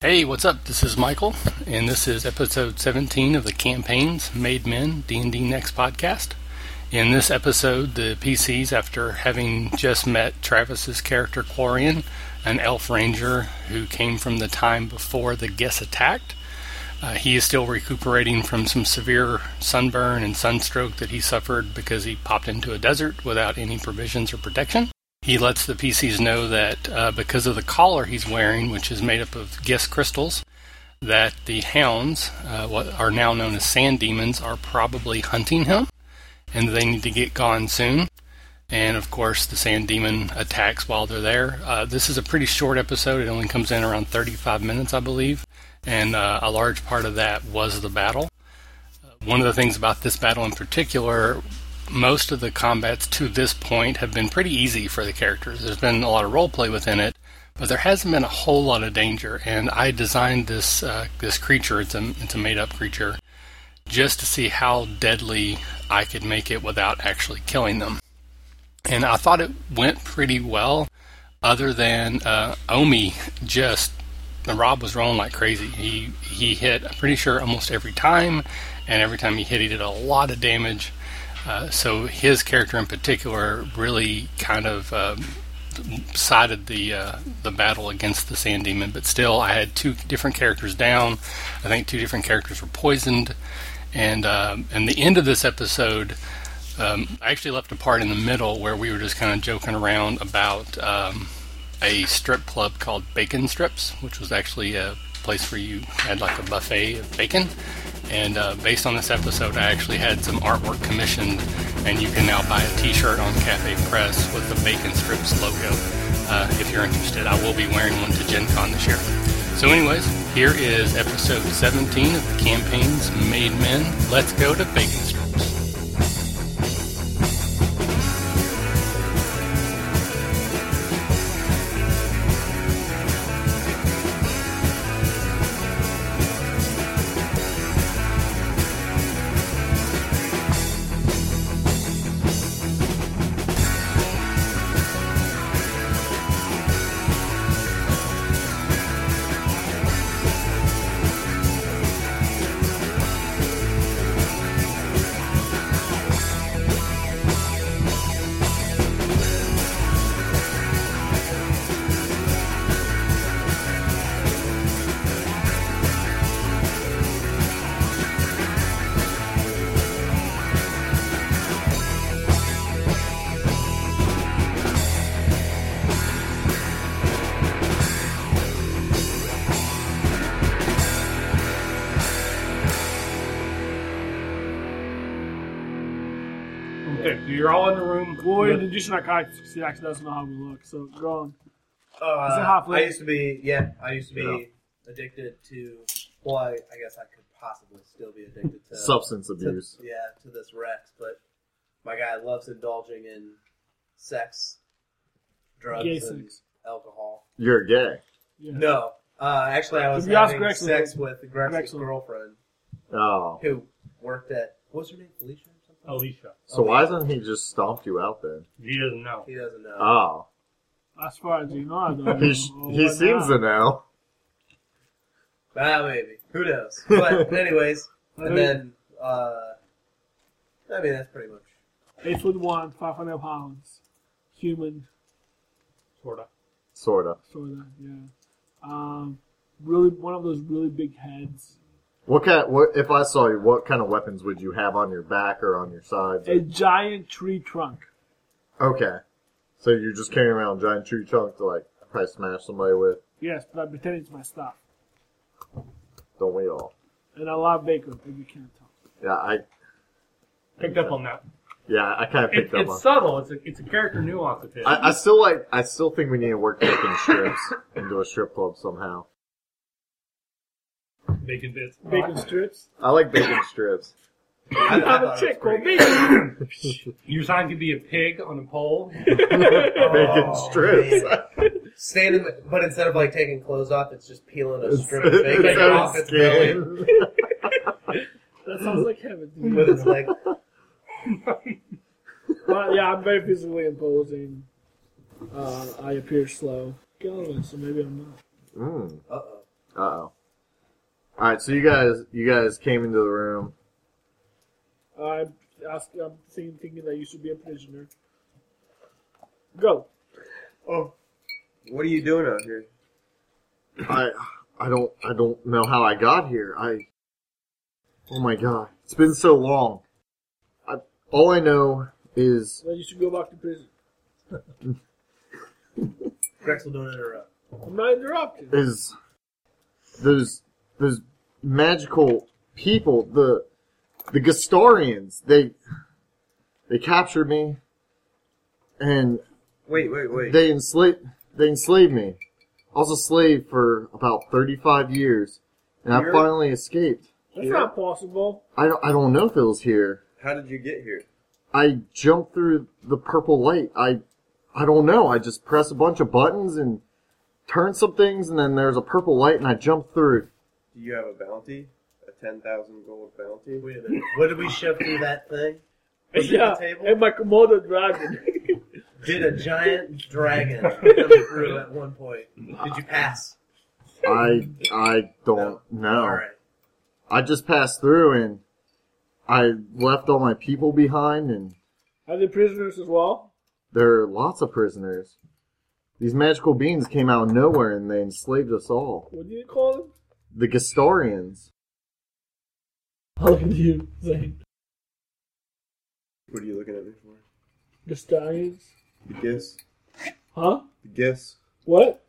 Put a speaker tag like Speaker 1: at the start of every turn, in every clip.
Speaker 1: Hey, what's up? This is Michael, and this is episode 17 of the Campaigns Made Men D&D Next podcast. In this episode, the PCs, after having just met Travis's character Quarian, an elf ranger who came from the time before the guests attacked, uh, he is still recuperating from some severe sunburn and sunstroke that he suffered because he popped into a desert without any provisions or protection. He lets the PCs know that uh, because of the collar he's wearing, which is made up of guest crystals, that the hounds, uh, what are now known as sand demons, are probably hunting him, and they need to get gone soon. And of course, the sand demon attacks while they're there. Uh, this is a pretty short episode; it only comes in around 35 minutes, I believe, and uh, a large part of that was the battle. Uh, One of the things about this battle in particular most of the combats to this point have been pretty easy for the characters. There's been a lot of roleplay within it, but there hasn't been a whole lot of danger. And I designed this uh, this creature. It's a it's a made up creature, just to see how deadly I could make it without actually killing them. And I thought it went pretty well, other than uh, Omi just the Rob was rolling like crazy. He he hit I'm pretty sure almost every time, and every time he hit, he did a lot of damage. Uh, so his character in particular really kind of um, sided the uh, the battle against the sand demon. But still, I had two different characters down. I think two different characters were poisoned, and um, and the end of this episode. Um, I actually left a part in the middle where we were just kind of joking around about um, a strip club called Bacon Strips, which was actually a place where you had like a buffet of bacon. And uh, based on this episode, I actually had some artwork commissioned, and you can now buy a T-shirt on Cafe Press with the Bacon Strips logo. Uh, if you're interested, I will be wearing one to Gen Con this year. So, anyways, here is episode 17 of the campaigns Made Men. Let's go to Bacon Strips.
Speaker 2: Okay, so you're all in the room.
Speaker 3: Well, in addition, our guy she actually doesn't know how we look, so go on.
Speaker 4: Uh,
Speaker 3: Is it halfway?
Speaker 4: I used to be, yeah, I used to be addicted to. Well, I, I guess I could possibly still be addicted to
Speaker 5: substance
Speaker 4: to-
Speaker 5: abuse.
Speaker 4: yeah, to this Rex, but my guy loves indulging in sex, drugs,
Speaker 3: Gay
Speaker 4: and
Speaker 3: sex.
Speaker 4: alcohol.
Speaker 5: You're gay.
Speaker 3: Yeah.
Speaker 4: No, uh, actually, I was
Speaker 3: If you ask
Speaker 4: having
Speaker 3: Grexel-
Speaker 4: sex with Grex's
Speaker 3: Grexel.
Speaker 4: girlfriend
Speaker 5: Oh,
Speaker 4: who worked at what's her name, Felicia or something.
Speaker 3: Oh.
Speaker 2: Alicia.
Speaker 5: so why doesn't he just stomp you out then?
Speaker 2: He doesn't know.
Speaker 4: He doesn't know.
Speaker 5: Oh,
Speaker 3: As far as you know, I don't know.
Speaker 5: he, sh-
Speaker 3: Well,
Speaker 5: he
Speaker 3: why
Speaker 5: seems to
Speaker 3: not?
Speaker 5: know.
Speaker 4: Ah, maybe. Who knows? But anyways,
Speaker 3: Who-
Speaker 4: and then uh, I mean that's pretty much.
Speaker 3: Eight foot one, 500 pounds. Human,
Speaker 2: Sorta.
Speaker 5: Sorta.
Speaker 3: sort of, yeah. Um, really, one of those really big heads.
Speaker 5: What kind? What if I saw you? What kind of weapons would you have on your back or on your sides?
Speaker 3: A giant tree trunk.
Speaker 5: Okay, so you're just carrying around a giant tree trunk to like probably smash somebody with.
Speaker 3: Yes, but I pretend it's my stuff.
Speaker 5: Don't we all?
Speaker 3: And I love bacon, if you can't tell.
Speaker 5: Yeah, I
Speaker 2: Picked up on that.
Speaker 5: yeah I kind of
Speaker 2: It,
Speaker 5: picked up
Speaker 2: it's
Speaker 5: on.
Speaker 2: subtle. It's a, it's a character nuance of his.
Speaker 5: I, I still like. I still think we need to work making strips into a strip club somehow.
Speaker 2: Bacon bits.
Speaker 3: Bacon strips.
Speaker 5: I like bacon strips.
Speaker 4: I,
Speaker 3: You
Speaker 4: I
Speaker 3: have
Speaker 4: thought
Speaker 3: a
Speaker 4: it was
Speaker 3: chick
Speaker 4: pretty
Speaker 3: called bacon.
Speaker 2: Your sign could be a pig on a pole.
Speaker 5: bacon strips.
Speaker 4: man. Standing, but instead of like taking clothes off, it's just peeling a strip of
Speaker 5: It's-
Speaker 4: bacon
Speaker 5: it's
Speaker 4: off
Speaker 5: so
Speaker 4: its belly
Speaker 5: scary.
Speaker 3: That sounds like heaven to me.
Speaker 4: with its leg.
Speaker 3: Well, yeah, I'm very physically imposing. Uh, I appear slow. Galvin, so maybe I'm not.
Speaker 5: Mm.
Speaker 4: Uh oh.
Speaker 5: Uh oh. All right, so you guys, you guys came into the room.
Speaker 3: I'm ask, I'm thinking, thinking that you should be a prisoner. Go.
Speaker 4: Oh. What are you doing out here?
Speaker 5: I, I don't, I don't know how I got here. I. Oh my god, it's been so long. I, all I know is
Speaker 3: Then you should go back to prison.
Speaker 4: Drexel, don't interrupt.
Speaker 3: I'm not interrupting.
Speaker 5: is those those magical people, the the Gastarians. They they captured me, and
Speaker 4: Wait, wait, wait.
Speaker 5: They enslaved. They enslaved me. I was a slave for about thirty-five years, and I
Speaker 4: Here?
Speaker 5: finally escaped.
Speaker 3: That's
Speaker 4: Yeah.
Speaker 3: not possible.
Speaker 5: I don't. I don't know if it was here.
Speaker 4: How did you get here?
Speaker 5: I jumped through the purple light. I. I don't know. I just pressed a bunch of buttons and turned some things, and then there was a purple light, and I jumped through.
Speaker 4: Do you have a bounty? A 10,000 gold bounty? Wait a minute. What did we shove through that thing? Was it
Speaker 3: yeah,
Speaker 4: the table?
Speaker 3: and my Komodo dragon.
Speaker 4: Did a giant dragon come through at one point? Did you pass?
Speaker 5: I. I don't know.
Speaker 4: All right.
Speaker 5: I just passed through, and I left all my people behind, and
Speaker 3: Are they prisoners as well?
Speaker 5: There are lots of prisoners. These magical beings came out of nowhere and they enslaved us all.
Speaker 3: What do you call them?
Speaker 5: The Gastarians.
Speaker 3: I look at you, Zane.
Speaker 4: What are you looking at me for?
Speaker 3: The stallions.
Speaker 4: The guess?
Speaker 3: Huh?
Speaker 4: The guess?
Speaker 3: What?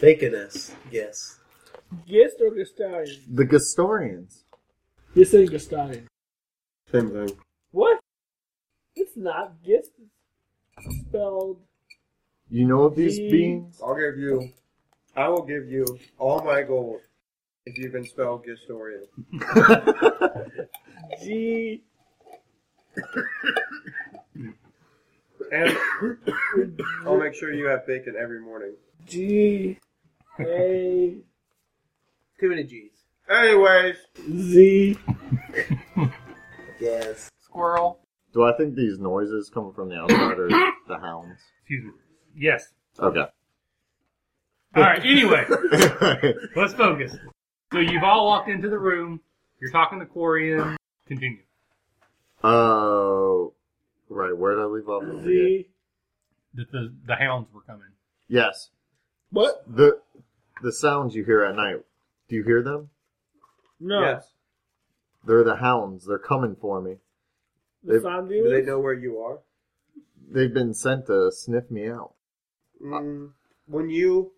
Speaker 4: Fakeness. Guess.
Speaker 3: Yes, they're Gastarian.
Speaker 5: The Gastarians.
Speaker 3: This ain't Gastarian.
Speaker 4: Same thing.
Speaker 3: What? It's not Gist. It's spelled.
Speaker 5: You know of these
Speaker 3: Gee.
Speaker 5: beings?
Speaker 4: I'll give you. I will give you all my gold if you can spell Gistorian.
Speaker 3: G
Speaker 4: And I'll make sure you have bacon every morning.
Speaker 3: G A
Speaker 4: Too many G's. Anyways.
Speaker 3: Z.
Speaker 4: Yes.
Speaker 1: Squirrel.
Speaker 5: Do I think these noises come from the outside or the hounds?
Speaker 2: Excuse me. Yes.
Speaker 5: Okay.
Speaker 2: All right. Anyway, let's focus. So you've all walked into the room. You're talking to Quarian. Continue.
Speaker 5: Oh. right, where did I leave off? I forget.
Speaker 3: Z.
Speaker 2: That the the hounds were coming.
Speaker 5: Yes.
Speaker 3: What?
Speaker 5: The the sounds you hear at night. Do you hear them?
Speaker 3: No.
Speaker 4: Yes.
Speaker 5: They're the hounds. They're coming for me.
Speaker 3: The
Speaker 5: They-
Speaker 3: sound
Speaker 4: Do they
Speaker 3: dealers?
Speaker 4: know where you are?
Speaker 5: They've been sent to sniff me out.
Speaker 4: Mm, when you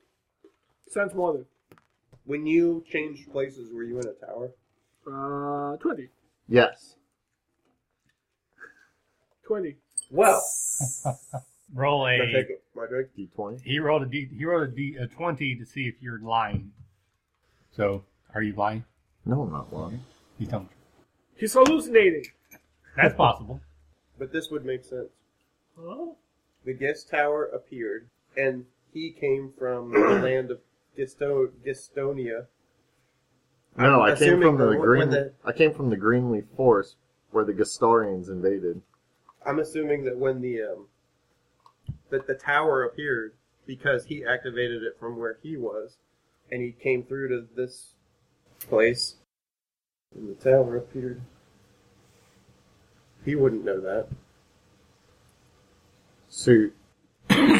Speaker 3: Sounds mother.
Speaker 4: when you changed places, were you in a tower?
Speaker 3: Uh, 20.
Speaker 5: Yes.
Speaker 3: 20.
Speaker 4: Well,
Speaker 2: Roll
Speaker 4: can I
Speaker 2: a.
Speaker 4: take it? My drink.
Speaker 5: D20.
Speaker 2: He rolled a D. He rolled a D a twenty to see if you're lying. So are you lying?
Speaker 5: No, I'm not lying.
Speaker 2: He's telling. the
Speaker 3: He's hallucinating.
Speaker 2: truth. That's possible.
Speaker 4: But this would make sense.
Speaker 3: Huh?
Speaker 4: The guest tower appeared, and he came from the land of Gisto- Gistonia.
Speaker 5: No, I came
Speaker 4: assuming
Speaker 5: from the
Speaker 4: when- when
Speaker 5: green.
Speaker 4: the-
Speaker 5: I came from the Greenleaf Forest, where the Gastarians invaded.
Speaker 4: I'm assuming that when the um, that the tower appeared because he activated it from where he was, and he came through to this place, and the tower appeared. He wouldn't know that.
Speaker 5: So, you're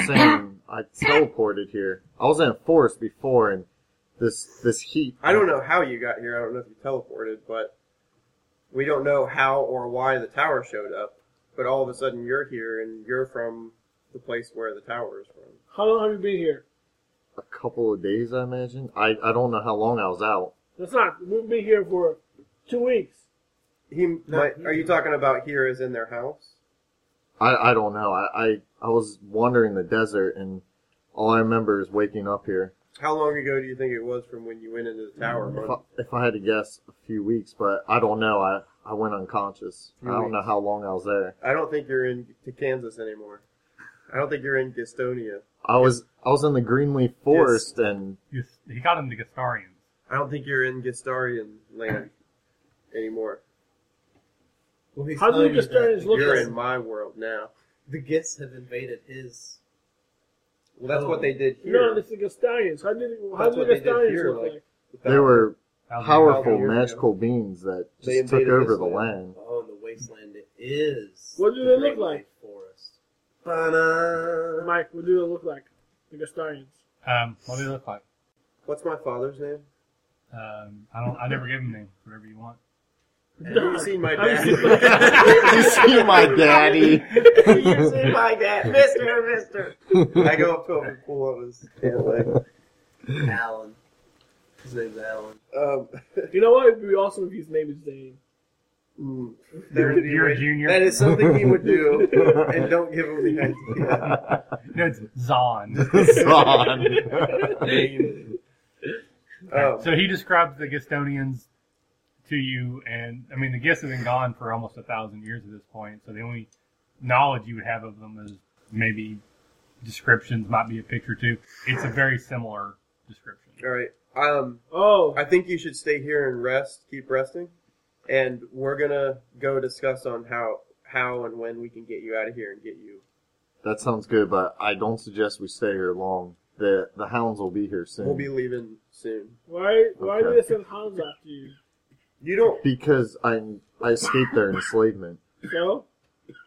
Speaker 5: saying I teleported here. I was in a forest before, and this this heat.
Speaker 4: I don't know how you got here. I don't know if you teleported, but we don't know how or why the tower showed up. But all of a sudden, you're here, and you're from the place where the tower is from.
Speaker 3: How long have you been here?
Speaker 5: A couple of days, I imagine. I I don't know how long I was out.
Speaker 3: That's not. We've been here for two weeks.
Speaker 4: He might, are you talking about here as in their house?
Speaker 5: I I don't know. I I, I was wandering the desert, and all I remember is waking up here.
Speaker 4: How long ago do you think it was from when you went into the tower?
Speaker 5: If I,
Speaker 4: Mon?
Speaker 5: if I had to guess, a few weeks, but I don't know. I I went unconscious.
Speaker 4: Few
Speaker 5: I don't
Speaker 4: weeks.
Speaker 5: know how long I was there.
Speaker 4: I don't think you're in to Kansas anymore. I don't think you're in Gastonia.
Speaker 5: I was I was in the Greenleaf Forest, and
Speaker 2: You- He got him the Gastarians.
Speaker 4: I don't think you're in Gastarian land anymore.
Speaker 6: Well, he's
Speaker 3: How do
Speaker 6: telling
Speaker 3: the
Speaker 6: you that
Speaker 3: Gastarians look
Speaker 4: You're
Speaker 3: like?
Speaker 4: in my world now.
Speaker 6: The Gits have invaded his
Speaker 4: Well, that's what they did here.
Speaker 3: No, this is Gastalians. How did how
Speaker 4: That's
Speaker 3: did
Speaker 4: what they did
Speaker 3: Gastalians
Speaker 4: here,
Speaker 3: look
Speaker 4: like,
Speaker 3: like?
Speaker 5: They were powerful
Speaker 4: thousand years
Speaker 5: magical beings that
Speaker 4: They
Speaker 5: just took
Speaker 4: invaded
Speaker 5: over
Speaker 4: this
Speaker 5: the land.
Speaker 6: Oh, and the wasteland it is.
Speaker 3: What do
Speaker 6: the
Speaker 3: they look
Speaker 6: Great
Speaker 3: like?
Speaker 6: White Forest. Ba-da.
Speaker 3: Uh, Mike, what do they look like? The Gastalians.
Speaker 2: Um, what do they look like?
Speaker 4: What's my father's name?
Speaker 2: Um, I don't. I never give them name. Whatever you want.
Speaker 4: Have you seen my
Speaker 3: I've
Speaker 4: dad?
Speaker 3: seen my
Speaker 5: you see my daddy?
Speaker 4: you seen my dad, Mister, Mister? I go up to him and pull on his tail leg.
Speaker 6: Alan. His name's Alan.
Speaker 4: Um,
Speaker 3: You know what? It would be awesome if his name is Zane.
Speaker 4: mm, there's the
Speaker 2: You're a
Speaker 4: orig-
Speaker 2: junior.
Speaker 4: That is something he would do, and don't give him the idea.
Speaker 2: No, it's Zahn.
Speaker 5: Zahn.
Speaker 4: Um,
Speaker 2: So he describes the Gistonians to you, and I mean the Gist have been gone for almost a thousand years at this point. So the only knowledge you would have of them is maybe descriptions, might be a picture too. It's a very similar description.
Speaker 4: all right. Um,
Speaker 3: Oh,
Speaker 4: I think you should stay here and rest. Keep resting, and we're gonna go discuss on how how and when we can get you out of here and get you.
Speaker 5: That sounds good, but I don't suggest we stay here long. The the hounds will be here soon.
Speaker 4: We'll be leaving soon.
Speaker 3: why why do
Speaker 5: Okay.
Speaker 3: they send hounds after you?
Speaker 4: You don't.
Speaker 5: because I I escaped their enslavement,
Speaker 3: So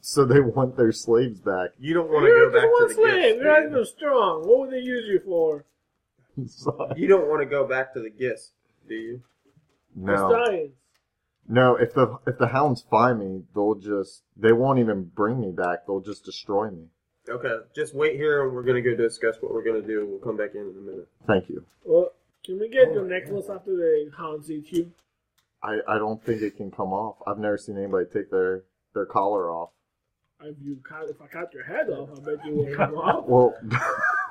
Speaker 5: so they want their slaves back.
Speaker 4: You don't want to
Speaker 3: you're
Speaker 4: go
Speaker 3: just
Speaker 4: back
Speaker 3: one
Speaker 4: to the
Speaker 3: slave.
Speaker 4: slave.
Speaker 3: You're not even strong. What would they use you for?
Speaker 5: Sorry.
Speaker 4: You don't want to go back to the gist, do you?
Speaker 5: No,
Speaker 3: Gastalians.
Speaker 5: no. If the if the hounds find me, they'll just they won't even bring me back. They'll just destroy me.
Speaker 4: Okay, just wait here, and we're gonna go discuss what we're gonna do. We'll come back in in a minute.
Speaker 5: Thank you.
Speaker 3: Well, can we get your
Speaker 6: Oh
Speaker 3: necklace after the hounds eat you?
Speaker 5: I, I don't think it can come off. I've never seen anybody take their their collar off.
Speaker 3: If you cut, if I cut your head off, I bet you will come off.
Speaker 5: Well,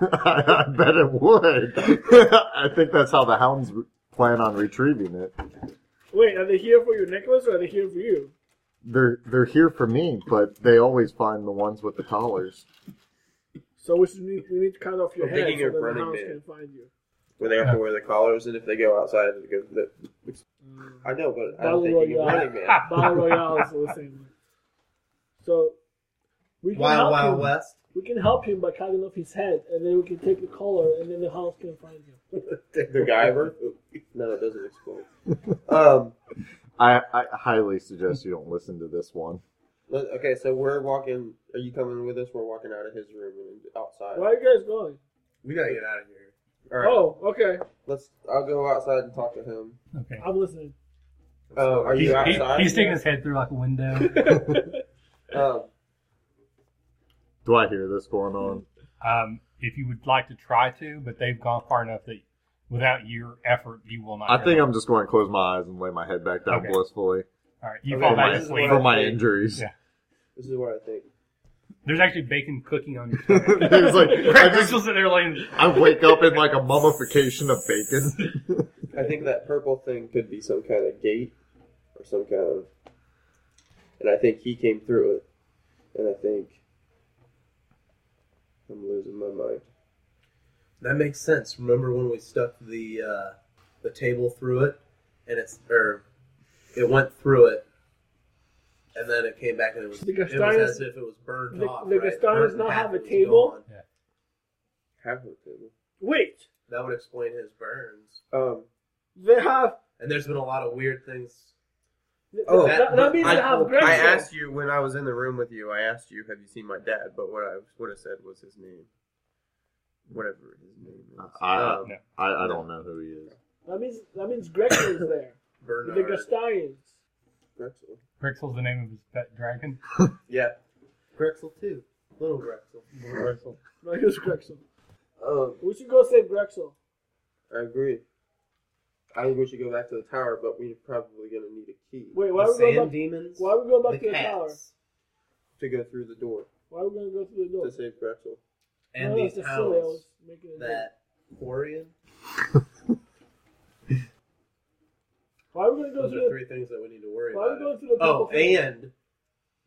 Speaker 5: I, I bet it would. I think that's how the hounds re- plan on retrieving it.
Speaker 3: Wait, are they here for your necklace or are they here for you?
Speaker 5: They're they're here for me, but they always find the ones with the collars.
Speaker 3: So we should need we need to cut off your
Speaker 4: I'm
Speaker 3: head
Speaker 4: thinking
Speaker 3: so
Speaker 4: of
Speaker 3: that the
Speaker 4: Running
Speaker 3: hounds
Speaker 4: Man.
Speaker 3: can find you.
Speaker 4: When they have to wear the collars, and if they go outside, it goes. That, I know, but
Speaker 3: Battle
Speaker 4: I'm thinking of
Speaker 3: Royale.
Speaker 4: Running Man.
Speaker 3: Mm. Battle Royale is the same way. So we can
Speaker 6: Wild
Speaker 3: help
Speaker 6: Wild
Speaker 3: him.
Speaker 6: West.
Speaker 3: We can help him by cutting off his head, and then we can take the collar, and then the hounds can find him.
Speaker 4: the Guyver. No, it doesn't explode. Um.
Speaker 5: I, I highly suggest you don't listen to this one.
Speaker 4: let- okay, so we're walking. Are you coming with us? We're walking out of his room and outside.
Speaker 3: Where are you guys going?
Speaker 6: We gotta get out of here.
Speaker 4: All right.
Speaker 3: Oh, okay.
Speaker 4: Let's. I'll go outside and talk to him.
Speaker 2: Okay.
Speaker 3: I'm listening.
Speaker 4: Uh, are
Speaker 2: He's,
Speaker 4: you
Speaker 2: he-
Speaker 4: outside?
Speaker 2: he's sticking his head through like a window.
Speaker 4: Um,
Speaker 5: Do I hear this going on?
Speaker 2: um, if you would like to try to, but they've gone far enough that without your effort, you will not.
Speaker 5: I
Speaker 2: hear
Speaker 5: think
Speaker 2: them.
Speaker 5: I'm just going to close my eyes and lay my head back down
Speaker 2: Okay.
Speaker 5: blissfully
Speaker 2: All right, you
Speaker 4: Okay,
Speaker 2: fall
Speaker 5: for
Speaker 2: back
Speaker 4: Well,
Speaker 5: my,
Speaker 4: this is
Speaker 2: asleep.
Speaker 4: what I
Speaker 5: for my
Speaker 4: think.
Speaker 5: injuries.
Speaker 2: Yeah.
Speaker 4: this is what I think.
Speaker 2: There's actually bacon cooking on your stomach.
Speaker 5: it was like I
Speaker 2: Craig
Speaker 5: just
Speaker 2: Mitchell's sitting there laying.
Speaker 5: I wake up in like a mummification of bacon.
Speaker 4: I think that purple thing could be some kind of gate or some kind of. And I think he came through it. And I think. I'm losing my mind.
Speaker 6: That makes sense. Remember when we stuck the uh, the table through it, and it's or it went through it, and then it came back and it was
Speaker 3: The
Speaker 6: it was
Speaker 3: Gastanians-
Speaker 6: as if it was burned
Speaker 3: the-
Speaker 6: off.
Speaker 3: the
Speaker 6: right?
Speaker 3: Gastanians
Speaker 6: Burnt
Speaker 3: now
Speaker 6: half
Speaker 3: have a
Speaker 6: of it was
Speaker 3: table?
Speaker 6: gone.
Speaker 4: Half of it.
Speaker 3: Wait,
Speaker 6: That would explain his burns.
Speaker 4: Um,
Speaker 3: they have.
Speaker 6: And there's been a lot of weird things.
Speaker 4: Oh,
Speaker 3: that, that means
Speaker 4: I,
Speaker 3: they have great.
Speaker 4: I asked you when I was in the room with you. I asked you, "Have you seen my dad?" But what I would have said was his name, whatever his name
Speaker 2: Uh,
Speaker 4: is.
Speaker 5: I-
Speaker 4: Um,
Speaker 2: No.
Speaker 5: I, I don't know who he is.
Speaker 3: That means that means Gretchen is there.
Speaker 6: Bernard.
Speaker 3: The Gastalians.
Speaker 4: Drexel.
Speaker 2: Grixel's the name of his pet dragon.
Speaker 4: Yeah.
Speaker 6: Grexel too. Little Grexel.
Speaker 4: Drexel.
Speaker 3: No, he was Grexel.
Speaker 4: Um,
Speaker 3: We should go save Grexel.
Speaker 4: I agree. I think we should go back to the tower, but we're probably gonna need a key
Speaker 3: Wait, why are
Speaker 6: the
Speaker 3: we going
Speaker 6: sand
Speaker 3: back?
Speaker 6: demons.
Speaker 3: Why are we going back
Speaker 6: the
Speaker 3: to the tower?
Speaker 6: cats,
Speaker 4: to go through the door
Speaker 3: Why are we going to go through the door?
Speaker 4: to save Drexel.
Speaker 6: And
Speaker 3: No,
Speaker 6: these
Speaker 3: that's just silly. I was
Speaker 6: hounds
Speaker 3: making a joke.
Speaker 6: that Quarian.
Speaker 3: Why are we going to go
Speaker 6: Those
Speaker 3: through
Speaker 6: are
Speaker 3: the
Speaker 6: three things that we need to worry
Speaker 3: Why are we
Speaker 6: about.
Speaker 3: going through the
Speaker 6: Oh,
Speaker 3: purple thing?
Speaker 6: and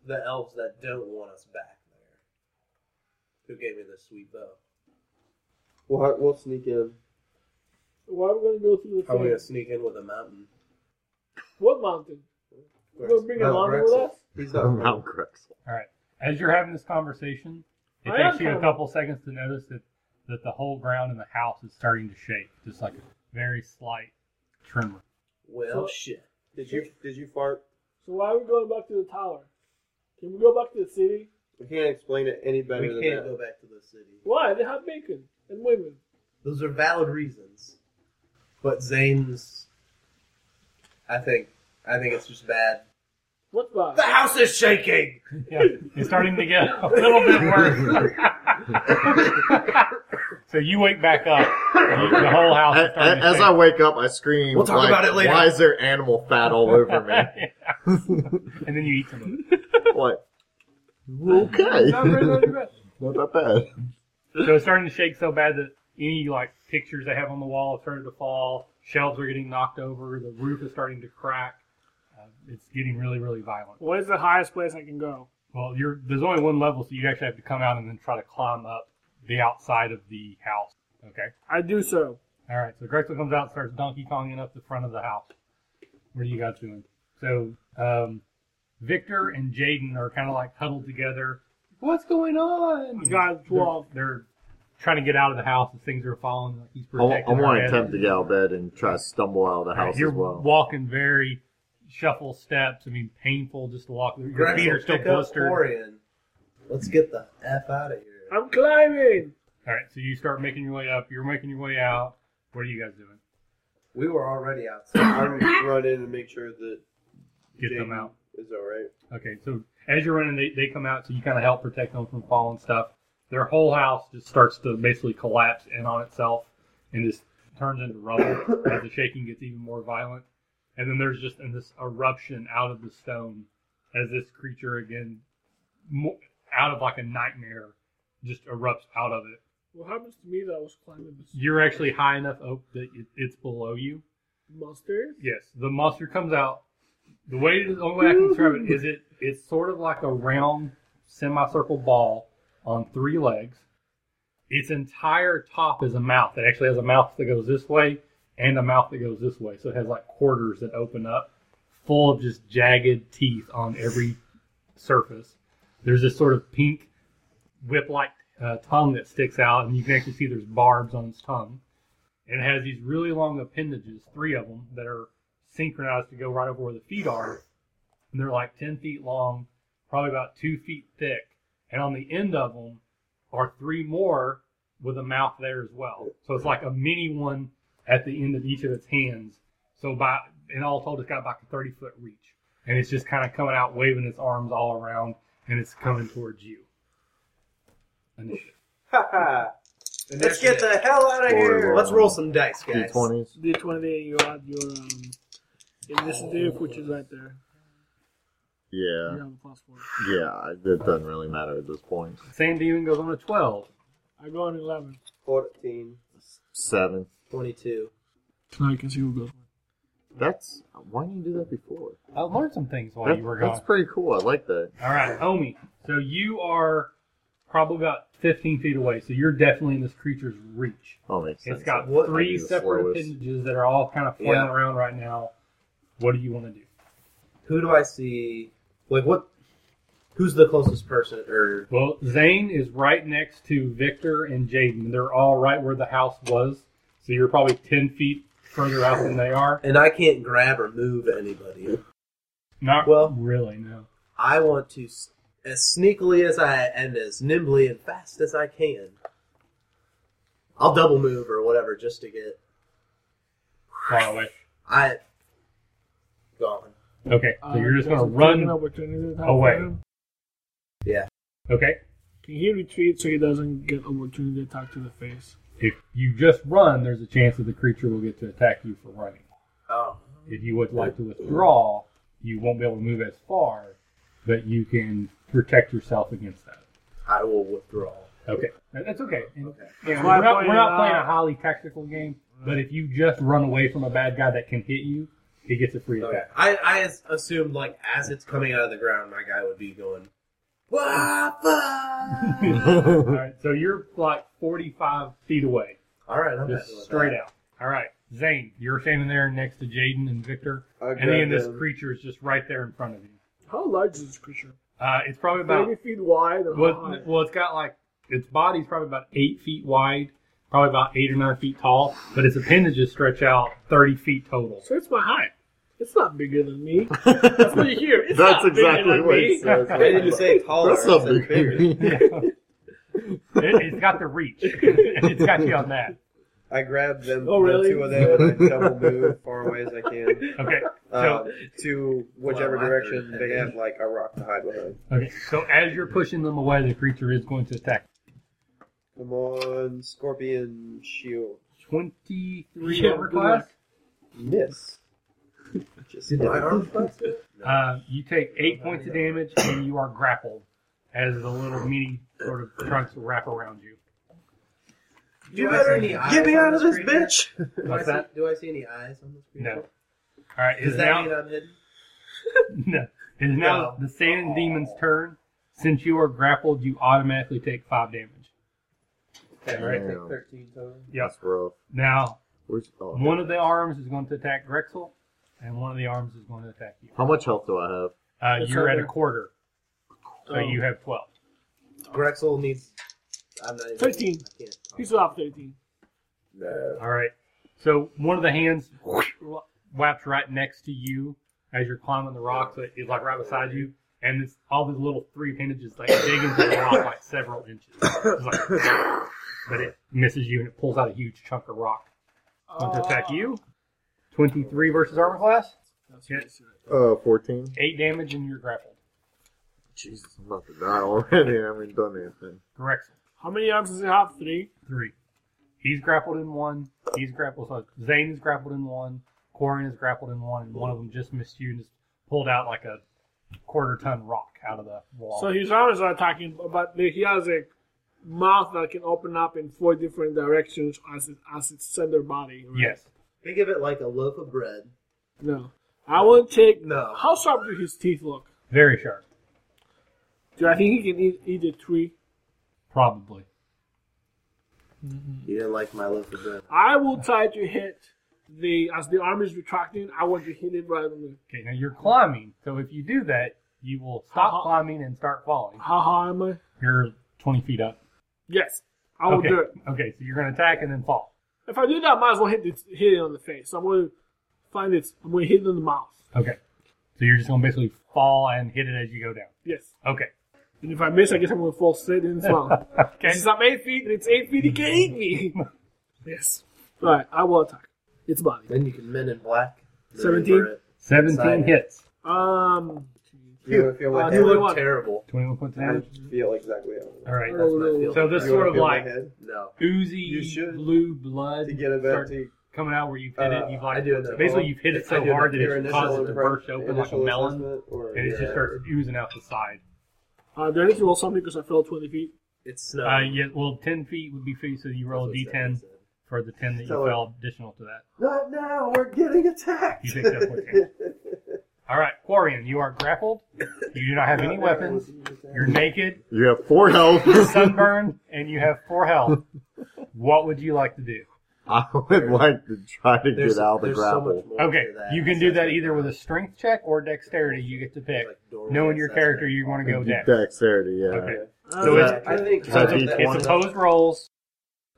Speaker 6: the elves that don't want us back there. Who gave me the sweet bow?
Speaker 4: We'll ha- we'll sneak in.
Speaker 3: Why are we going to go through
Speaker 6: How are we
Speaker 3: the
Speaker 6: gonna
Speaker 3: thing?
Speaker 6: sneak in with a mountain?
Speaker 3: What mountain? We're going to bring a
Speaker 6: Mount
Speaker 3: mountain
Speaker 6: Drexel.
Speaker 3: with us?
Speaker 2: Um,
Speaker 4: He's not.
Speaker 5: Mount Grexel.
Speaker 2: All right. As you're having this conversation, It
Speaker 3: I
Speaker 2: takes
Speaker 3: am
Speaker 2: you a
Speaker 3: kinda-
Speaker 2: couple seconds to notice that, that the whole ground in the house is starting to shake, just like a very slight tremor.
Speaker 6: Well,
Speaker 3: So-
Speaker 6: shit.
Speaker 4: Did you did you fart?
Speaker 3: So why are we going back to the tower? Can we go back to the city?
Speaker 4: We can't explain it any better
Speaker 6: We
Speaker 4: than
Speaker 6: can't
Speaker 4: that.
Speaker 6: go back to the city.
Speaker 3: Why? They have bacon and women.
Speaker 6: Those are valid reasons. But Zane's, I think, I think it's just bad.
Speaker 3: What's
Speaker 6: The
Speaker 3: bad?
Speaker 6: house is shaking.
Speaker 2: Yeah, it's starting to get a little bit worse. so you wake back up. You- The whole house is
Speaker 5: As,
Speaker 2: starting
Speaker 5: as
Speaker 2: to
Speaker 5: I wake up, I scream.
Speaker 6: We'll talk
Speaker 5: like,
Speaker 6: about it later.
Speaker 5: Why is there animal fat all over me?
Speaker 2: shake. and then you eat some of it.
Speaker 5: like, okay,
Speaker 3: Not very, not very bad.
Speaker 5: not that bad.
Speaker 2: So it's starting to shake so bad that any like pictures they have on the wall have started to fall. Shelves are getting knocked over. The roof is starting to crack. Uh, it's getting really, really violent.
Speaker 3: What is the highest place I can go?
Speaker 2: Well, you're there's only one level, so you actually have to come out and then try to climb up the outside of the house. Okay.
Speaker 3: I do so.
Speaker 2: All right. So Drexel comes out, and starts Donkey Konging up the front of the house. What do you guys doing? So um, Victor and Jaden are kind of like huddled together. What's going on?
Speaker 3: We got
Speaker 2: They're-
Speaker 3: 12.
Speaker 2: They're, trying to get out of the house as things are falling. Like he's
Speaker 5: I, wa- I
Speaker 2: protecting
Speaker 5: want
Speaker 2: her
Speaker 5: to
Speaker 2: head.
Speaker 5: attempt to get out of bed and try to stumble out of the house
Speaker 2: You're
Speaker 5: as well.
Speaker 2: walking very shuffle steps. I mean, painful just to walk. Your feet are
Speaker 6: Grexel,
Speaker 2: still
Speaker 6: pick up
Speaker 2: blistered.
Speaker 6: Orion. Let's get the f out of here.
Speaker 3: I'm climbing.
Speaker 2: All right, so you start making your way up. You're making your way out. What are you guys doing?
Speaker 6: We were already outside.
Speaker 4: I'm run in and make sure that
Speaker 2: Get
Speaker 4: Jaden
Speaker 2: them out.
Speaker 4: is all right.
Speaker 2: Okay, so as you're running, they, they come out, so you kind of help protect them from falling stuff. Their whole house just starts to basically collapse in on itself and just turns into rubble as the shaking gets even more violent. And then there's just in this eruption out of the stone as this creature again, mo- out of like a nightmare, just erupts out of it.
Speaker 3: What happens to me that I was climbing this
Speaker 2: You're actually high enough up that it, it's below you.
Speaker 3: monster?
Speaker 2: Yes, the monster comes out. The way the only way I can describe it is it it's sort of like a round semicircle ball on three legs. Its entire top is a mouth. It actually has a mouth that goes this way and a mouth that goes this way. So it has like quarters that open up, full of just jagged teeth on every surface. There's this sort of pink whip-like uh, tongue that sticks out, and you can actually see there's barbs on its tongue. And it has these really long appendages, three of them, that are synchronized to go right over where the feet are. And they're like 10 feet long, probably about two feet thick. And on the end of them are three more with a mouth there as well. So it's like a mini one at the end of each of its hands. So by in all told, it's got about a 30 foot reach. And it's just kind of coming out, waving its arms all around, and it's coming towards you. Initiative.
Speaker 4: Ha ha!
Speaker 6: Let's
Speaker 4: hell out
Speaker 5: Or-
Speaker 6: Let's roll some dice, guys.
Speaker 5: D20s.
Speaker 3: D20, you add your um, initiative, which is right there. You
Speaker 5: Oh. Yeah,
Speaker 3: have a plus four.
Speaker 5: yeah. It doesn't really matter at this point.
Speaker 2: Sandy even goes on a 12.
Speaker 3: I go on 11.
Speaker 4: Fourteen.
Speaker 5: Seven.
Speaker 6: Twenty-two.
Speaker 3: Now you can see who goes.
Speaker 5: That's why didn't you do that before?
Speaker 2: I learned some things while
Speaker 5: That-
Speaker 2: you were gone.
Speaker 5: that's pretty cool. I like that.
Speaker 2: All right, Omi. So you are probably about 15 feet away, so you're definitely in this creature's reach.
Speaker 5: Oh, makes sense.
Speaker 2: It's got
Speaker 6: What-
Speaker 2: three
Speaker 5: I'd be the
Speaker 2: separate
Speaker 5: slowest.
Speaker 2: appendages that are all kind of flying
Speaker 6: Yeah.
Speaker 2: around right now. What do you want to do?
Speaker 6: Who do I see? Like what? Who's the closest person? Or
Speaker 2: Well, Zane is right next to Victor and Jaden. They're all right where the house was, so you're probably 10 feet further out than they are.
Speaker 6: and I can't grab or move anybody.
Speaker 2: Not
Speaker 6: Well-
Speaker 2: really, no.
Speaker 6: I want to, s- as sneakily as I and as nimbly and fast as I can. I'll double move or whatever just to get
Speaker 2: Far away.
Speaker 6: I gone.
Speaker 2: Okay, so you're
Speaker 6: Uh,
Speaker 2: just going to
Speaker 3: An
Speaker 2: run.
Speaker 3: opportunity attack
Speaker 2: away.
Speaker 3: from him.
Speaker 2: Okay,
Speaker 3: Can he retreat so he doesn't get opportunity attack to the face?
Speaker 2: if you just run, there's a chance that the creature will get to attack you for running.
Speaker 6: Oh,
Speaker 2: If you would like to withdraw, you won't be able to move as far, but you can protect yourself against that.
Speaker 6: I will withdraw.
Speaker 2: Okay. That- That's okay. And,
Speaker 6: Okay.
Speaker 2: you know,
Speaker 3: Why
Speaker 2: we're not,
Speaker 3: play
Speaker 2: we're not
Speaker 3: it
Speaker 2: playing a
Speaker 3: out?
Speaker 2: highly tactical game, but if you just run away from a bad guy that can hit you, he gets a free
Speaker 6: Okay.
Speaker 2: attack.
Speaker 6: Oh, I, I as- assumed like as it's coming out of the ground, my guy would be going. Wapa!
Speaker 2: All right, so you're like 45 feet away,
Speaker 6: All right, I'm happy
Speaker 2: just
Speaker 6: with
Speaker 2: straight
Speaker 6: that.
Speaker 2: out. All right, Zane, you're standing there next to Jaden and Victor,
Speaker 4: I
Speaker 2: and then
Speaker 4: grabbed
Speaker 2: this
Speaker 4: him.
Speaker 2: creature is just right there in front of you.
Speaker 3: How large is this creature?
Speaker 2: Uh, it's probably about
Speaker 3: Thirty feet wide and
Speaker 2: Well,
Speaker 3: high.
Speaker 2: well, it's got like its body's probably about eight feet wide, probably about eight or nine feet tall, but its appendages stretch out thirty feet total.
Speaker 3: So it's my height. It's not bigger than me. That's what you hear. It's
Speaker 5: That's
Speaker 3: not bigger
Speaker 5: exactly
Speaker 3: than
Speaker 5: what
Speaker 3: me.
Speaker 5: it says.
Speaker 4: They didn't say taller.
Speaker 5: That's not
Speaker 4: it said bigger.
Speaker 5: big.
Speaker 2: Yeah. it, it's got the reach. it's got you on that.
Speaker 4: I grabbed them,
Speaker 3: Oh, really?
Speaker 4: the two of them, and I double move far away as I can
Speaker 2: Okay.
Speaker 4: uh, to whichever
Speaker 6: Well, I heard
Speaker 4: direction
Speaker 6: that.
Speaker 4: they have like a rock to hide behind.
Speaker 2: Okay. So as you're pushing them away, the creature is going to attack.
Speaker 4: Come on, scorpion shield.
Speaker 2: Twenty-three
Speaker 3: Yeah,
Speaker 2: armor
Speaker 3: good
Speaker 2: class.
Speaker 3: luck.
Speaker 4: Miss. Just
Speaker 6: Did my arm bust?
Speaker 2: Uh, you take eight points of damage, and you are grappled as the little mini sort of trunks wrap around you.
Speaker 6: Do I see any eyes
Speaker 4: Get me
Speaker 6: on
Speaker 4: out of this
Speaker 6: creature?
Speaker 4: bitch!
Speaker 6: Do I,
Speaker 2: What's
Speaker 6: see,
Speaker 2: that?
Speaker 6: do I see any eyes on this creature?
Speaker 2: No. All right. Is
Speaker 6: Does that
Speaker 2: now
Speaker 6: mean I'm hidden?
Speaker 2: No. It is now the Sand Demon's turn. Since you are grappled, you automatically take five damage.
Speaker 6: Okay,
Speaker 5: Alright.
Speaker 6: I take 13 total.
Speaker 2: Yep.
Speaker 5: That's rough.
Speaker 2: Now,
Speaker 5: Where's, oh, okay.
Speaker 2: one of the arms is going to attack Grexel, and one of the arms is going to attack you.
Speaker 5: How much health do I have?
Speaker 2: Uh,
Speaker 3: It's
Speaker 2: you're at a
Speaker 3: over.
Speaker 2: quarter, so
Speaker 3: Oh.
Speaker 2: you have 12.
Speaker 6: Grexel needs. I'm not even.
Speaker 3: 13.
Speaker 6: I can't.
Speaker 3: He's off 13.
Speaker 5: No.
Speaker 2: All right. So one of the hands whaps right next to you as you're climbing the rock, so it's like right beside you. And it's all these little three appendages like dig into the rock like several inches. It's like- but it misses you and it pulls out a huge chunk of rock. Want to attack
Speaker 3: Ah.
Speaker 2: you. 23 Oh. versus armor class.
Speaker 3: That's what I said.
Speaker 5: Uh, 14.
Speaker 2: 8 damage and you're grappled.
Speaker 5: Jesus, I'm about to die already. I haven't done anything.
Speaker 2: Correct.
Speaker 3: How many arms does it have? Three.
Speaker 2: 3. He's grappled in 1. He's grappled. So Zane is grappled in 1. Corin is grappled in 1. And one of them just missed you and just pulled out like a quarter ton rock out of the wall.
Speaker 3: So his arms are attacking, but he has a mouth that can open up in four different directions as it, as its center body. right?
Speaker 2: yes.
Speaker 6: Think of it like a loaf of bread.
Speaker 3: No. I won't take.
Speaker 6: No.
Speaker 3: How sharp do his teeth look?
Speaker 2: Very sharp.
Speaker 3: Do I think he can eat, eat a tree?
Speaker 2: Probably.
Speaker 6: You didn't like my loaf of bread.
Speaker 3: I will try to hit the as the arm is retracting. I want to hit it right on the.
Speaker 2: Okay, now you're climbing. So if you do that, you will stop
Speaker 3: Uh-huh.
Speaker 2: climbing and start falling.
Speaker 3: How high am I?
Speaker 2: You're 20 feet up.
Speaker 3: Yes, I will
Speaker 2: okay.
Speaker 3: do it.
Speaker 2: Okay, so you're going to attack and then fall.
Speaker 3: If I do that, I might as well hit it, hit it on the face. So I'm going to find it. I'm going to hit it in the mouth.
Speaker 2: Okay. So you're just going to basically fall and hit it as you go down.
Speaker 3: Yes.
Speaker 2: Okay.
Speaker 3: And if I miss, I guess I'm going to fall straight in its mouth.
Speaker 2: okay.
Speaker 3: Since I'm eight feet and it's eight feet, it can't eat me. yes. All right, I will attack its body.
Speaker 6: Then you can men in black.
Speaker 3: Seventeen.
Speaker 6: maneuver it.
Speaker 2: 17
Speaker 6: Inside.
Speaker 2: hits.
Speaker 3: Um,
Speaker 4: You don't feel
Speaker 3: Uh,
Speaker 4: like
Speaker 3: do
Speaker 6: That
Speaker 3: we
Speaker 6: looked
Speaker 3: want-
Speaker 6: terrible.
Speaker 2: 21 points of
Speaker 4: I
Speaker 2: damage.
Speaker 4: feel exactly how it
Speaker 2: All right.
Speaker 6: That's my
Speaker 3: Oh,
Speaker 6: feeling.
Speaker 2: So this
Speaker 4: You
Speaker 2: sort
Speaker 4: wanna
Speaker 2: of
Speaker 4: feel my
Speaker 2: like
Speaker 4: head?
Speaker 6: No.
Speaker 2: oozy
Speaker 4: You should.
Speaker 2: blue blood
Speaker 4: to get it back
Speaker 2: start
Speaker 4: to
Speaker 2: coming out where you've hit it.
Speaker 4: Uh,
Speaker 2: You've like,
Speaker 6: I do it though.
Speaker 2: basically, you've hit it
Speaker 6: I
Speaker 2: so
Speaker 6: do it
Speaker 2: hard that
Speaker 4: your
Speaker 2: it
Speaker 4: initial
Speaker 2: causes it to
Speaker 4: impre-
Speaker 2: burst open like a
Speaker 4: initial
Speaker 2: melon,
Speaker 4: assessment, Or,
Speaker 2: and it just
Speaker 4: yeah.
Speaker 2: starts oozing out the side.
Speaker 3: uh, do I need to roll something because I fell 20 feet?
Speaker 6: It's snow.
Speaker 2: Uh, yeah, well, 10 feet would be feet, so you roll a d10 for the 10 that you
Speaker 4: Tell her.
Speaker 2: fell additional to that.
Speaker 4: Not now, we're getting attacked!
Speaker 2: You take that point. damage. All right, Quarian, you are grappled. You do not have any weapons. You're naked,
Speaker 5: You have four health.
Speaker 2: sunburned, and you have four health. What would you like to do?
Speaker 5: I would like to try to
Speaker 6: There's,
Speaker 5: get out of the
Speaker 6: there's so
Speaker 5: grapple.
Speaker 6: much more
Speaker 2: Okay,
Speaker 6: to that.
Speaker 2: you can
Speaker 6: It's
Speaker 2: do
Speaker 6: like-
Speaker 2: that either with a strength check or dexterity. You get to pick,
Speaker 6: Like doorway
Speaker 2: knowing your
Speaker 6: assessment.
Speaker 2: character, you want to go dex.
Speaker 5: Dexterity, yeah.
Speaker 2: Okay.
Speaker 3: Uh,
Speaker 2: So it's,
Speaker 4: I think
Speaker 2: so it's,
Speaker 5: Each one.
Speaker 2: it's opposed rolls.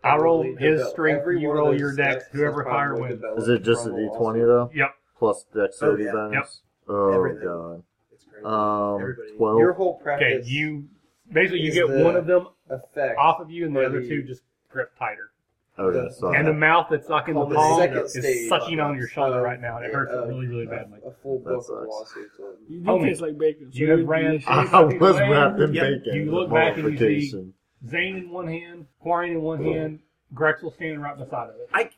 Speaker 2: I roll
Speaker 4: Probably
Speaker 2: his
Speaker 4: develop-
Speaker 2: strength,
Speaker 4: every
Speaker 2: you
Speaker 4: one of
Speaker 2: roll
Speaker 4: those
Speaker 2: your dex,
Speaker 4: stats
Speaker 2: whoever
Speaker 4: is
Speaker 2: higher
Speaker 4: probably
Speaker 2: wins.
Speaker 5: Is it just a
Speaker 4: developed
Speaker 5: d20
Speaker 4: from
Speaker 5: though?
Speaker 2: Yep.
Speaker 5: Plus dexterity
Speaker 6: Oh, yeah.
Speaker 5: bonus? Oh,
Speaker 6: Everything.
Speaker 5: God.
Speaker 6: It's crazy.
Speaker 5: Um,
Speaker 6: Everybody-
Speaker 5: 12.
Speaker 4: Your whole
Speaker 2: Okay,
Speaker 4: practice
Speaker 2: you basically you
Speaker 4: Is
Speaker 2: get
Speaker 4: the-
Speaker 2: one of them
Speaker 4: effect
Speaker 2: off of you, and the
Speaker 4: Or
Speaker 2: other
Speaker 4: the-
Speaker 2: two just grip tighter.
Speaker 5: okay, Oh, sorry.
Speaker 2: And the mouth that's like in the
Speaker 4: On the
Speaker 2: palm
Speaker 4: second
Speaker 2: is
Speaker 4: stage Uh,
Speaker 2: sucking on your shoulder
Speaker 4: of-
Speaker 2: right now, and it hurts
Speaker 4: of-
Speaker 2: really, really
Speaker 4: of
Speaker 2: badly.
Speaker 4: a full
Speaker 5: That
Speaker 4: book of
Speaker 5: sucks.
Speaker 4: lawsuits. on-
Speaker 3: you do
Speaker 2: Homie,
Speaker 3: taste like bacon. so
Speaker 2: You have
Speaker 3: you'd be
Speaker 2: ran.
Speaker 3: ashamed.
Speaker 5: I was wrapped in
Speaker 2: Yep,
Speaker 5: bacon.
Speaker 2: You look back and you see Zane in one hand, Quarren in
Speaker 4: uh,
Speaker 2: one hand, Grexel standing right beside of it.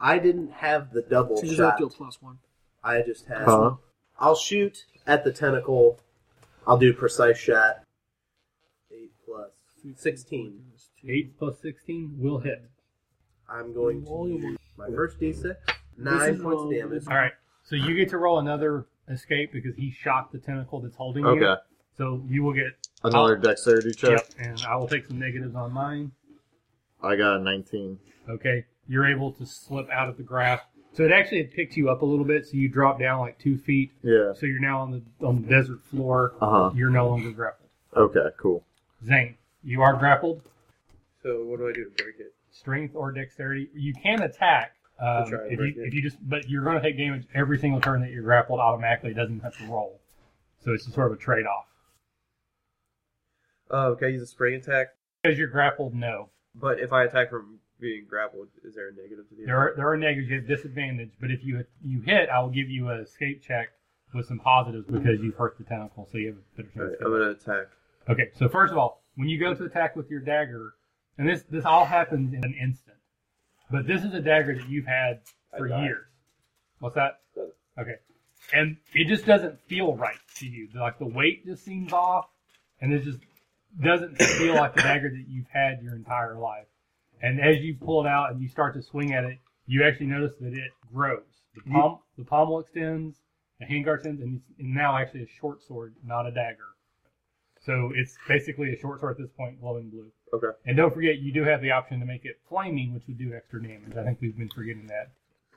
Speaker 6: I didn't have the double
Speaker 3: So you just have
Speaker 6: shot.
Speaker 3: to do a plus one.
Speaker 6: I just had.
Speaker 5: Huh?
Speaker 6: I'll shoot at the tentacle. I'll do precise shot. Eight plus sixteen.
Speaker 2: Eight plus sixteen will hit.
Speaker 6: I'm going
Speaker 3: Only
Speaker 6: to
Speaker 3: one.
Speaker 6: my first d6. Nine
Speaker 3: is um,
Speaker 6: points
Speaker 3: wrong.
Speaker 6: of damage.
Speaker 2: All right. So you get to roll another escape because he shot the tentacle that's holding you.
Speaker 5: Okay.
Speaker 2: So you will get.
Speaker 5: Another dexterity check.
Speaker 2: Yep. And I will take some negatives on mine.
Speaker 5: I got a 19.
Speaker 2: Okay. You're able to slip out of the grasp. So it actually had picked you up a little bit. So you drop down like two feet.
Speaker 5: Yeah.
Speaker 2: So you're now on the on the desert floor.
Speaker 5: Uh huh.
Speaker 2: You're no longer grappled.
Speaker 5: Okay, cool.
Speaker 2: Zane. You are grappled.
Speaker 4: So what do I do to break it?
Speaker 2: Strength or dexterity. You can attack. Um,
Speaker 4: try and
Speaker 2: if
Speaker 4: break
Speaker 2: you
Speaker 4: it.
Speaker 2: if you just but you're going to take damage every single turn that you're grappled automatically. It doesn't have to roll. So it's just sort of a trade off.
Speaker 4: Uh, can I use a spring attack?
Speaker 2: Because you're grappled, no.
Speaker 4: But if I attack from being grappled, is there a negative to the
Speaker 2: There
Speaker 4: attack?
Speaker 2: are there are negatives. You have disadvantage, but if you you hit, I will give you a escape check with some positives because you've hurt the tentacle, so you have a better chance.
Speaker 4: All right,
Speaker 2: of
Speaker 4: I'm gonna attack.
Speaker 2: Okay, so first of all, when you go to attack with your dagger, and this this all happens in an instant, but this is a dagger that you've had
Speaker 4: I
Speaker 2: for
Speaker 4: die.
Speaker 2: years. What's that?
Speaker 4: Doesn't.
Speaker 2: Okay, and it just doesn't feel right to you. Like the weight just seems off, and it just doesn't feel like the dagger that you've had your entire life. And as you pull it out and you start to swing at it, you actually notice that it grows. The
Speaker 5: You-
Speaker 2: pommel the pommel extends, the handguard extends, and it's now actually a short sword, not a dagger. So it's basically a short sword at this point, glowing blue.
Speaker 4: Okay.
Speaker 2: And don't forget, you do have the option to make it flaming, which would do extra damage. I think we've been forgetting that.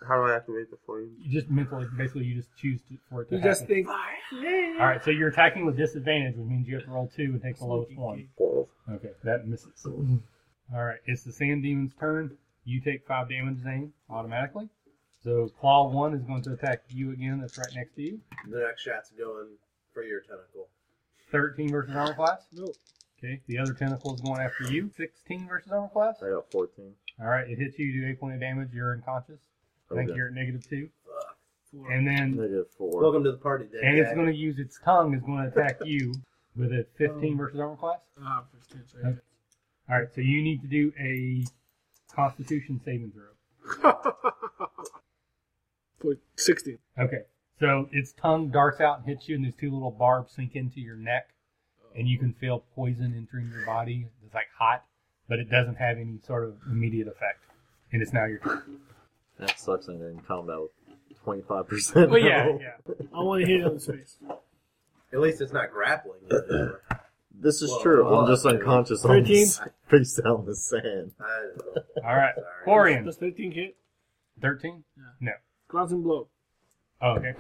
Speaker 4: How do I activate the flame?
Speaker 2: You just mentally, basically, you just choose to, for it to
Speaker 3: You
Speaker 2: happen.
Speaker 3: just think,
Speaker 2: All right, so you're attacking with disadvantage, which means you have to roll two and take the lowest one.
Speaker 4: Twelve.
Speaker 2: Okay, that misses. All right, it's the Sand Demon's turn. You take five damage, Zane, automatically. So Claw 1 is going to attack you again. That's right next to you.
Speaker 6: The next shot's going for your tentacle.
Speaker 2: 13 versus armor class.
Speaker 3: no.
Speaker 2: Okay, the other tentacle is going after you. 16 versus armor class.
Speaker 5: I got 14.
Speaker 2: All right, it hits you. You do 8 point of damage. You're unconscious. I think
Speaker 5: Okay.
Speaker 2: you're at negative 2.
Speaker 3: Four.
Speaker 2: And then
Speaker 5: Negative 4.
Speaker 6: Welcome to the party, Dad.
Speaker 2: and it's going to use its tongue, is going to attack you with a 15 versus armor class.
Speaker 3: Ah, fifteen, sorry.
Speaker 2: All right, so you need to do a Constitution saving throw.
Speaker 3: Four- 16.
Speaker 2: Okay. So its tongue darts out and hits you, and these two little barbs sink into your neck, and you can feel poison entering your body. It's like hot, but it doesn't have any sort of immediate effect. And it's now your turn.
Speaker 5: That sucks. I'm in combat with 25%.
Speaker 2: Well, yeah,
Speaker 5: now.
Speaker 2: yeah.
Speaker 3: I want to hit it on his face.
Speaker 6: At least it's not grappling. anymore.
Speaker 5: This is
Speaker 6: Well,
Speaker 5: true.
Speaker 6: well,
Speaker 5: I'm just
Speaker 6: okay.
Speaker 5: unconscious on
Speaker 3: 13?
Speaker 5: this, face down the sand.
Speaker 6: I don't know.
Speaker 2: All right.
Speaker 6: Sorry.
Speaker 2: Corian,
Speaker 3: Does 13 hit?
Speaker 2: 13?
Speaker 3: Glancing blow.
Speaker 2: Oh, okay.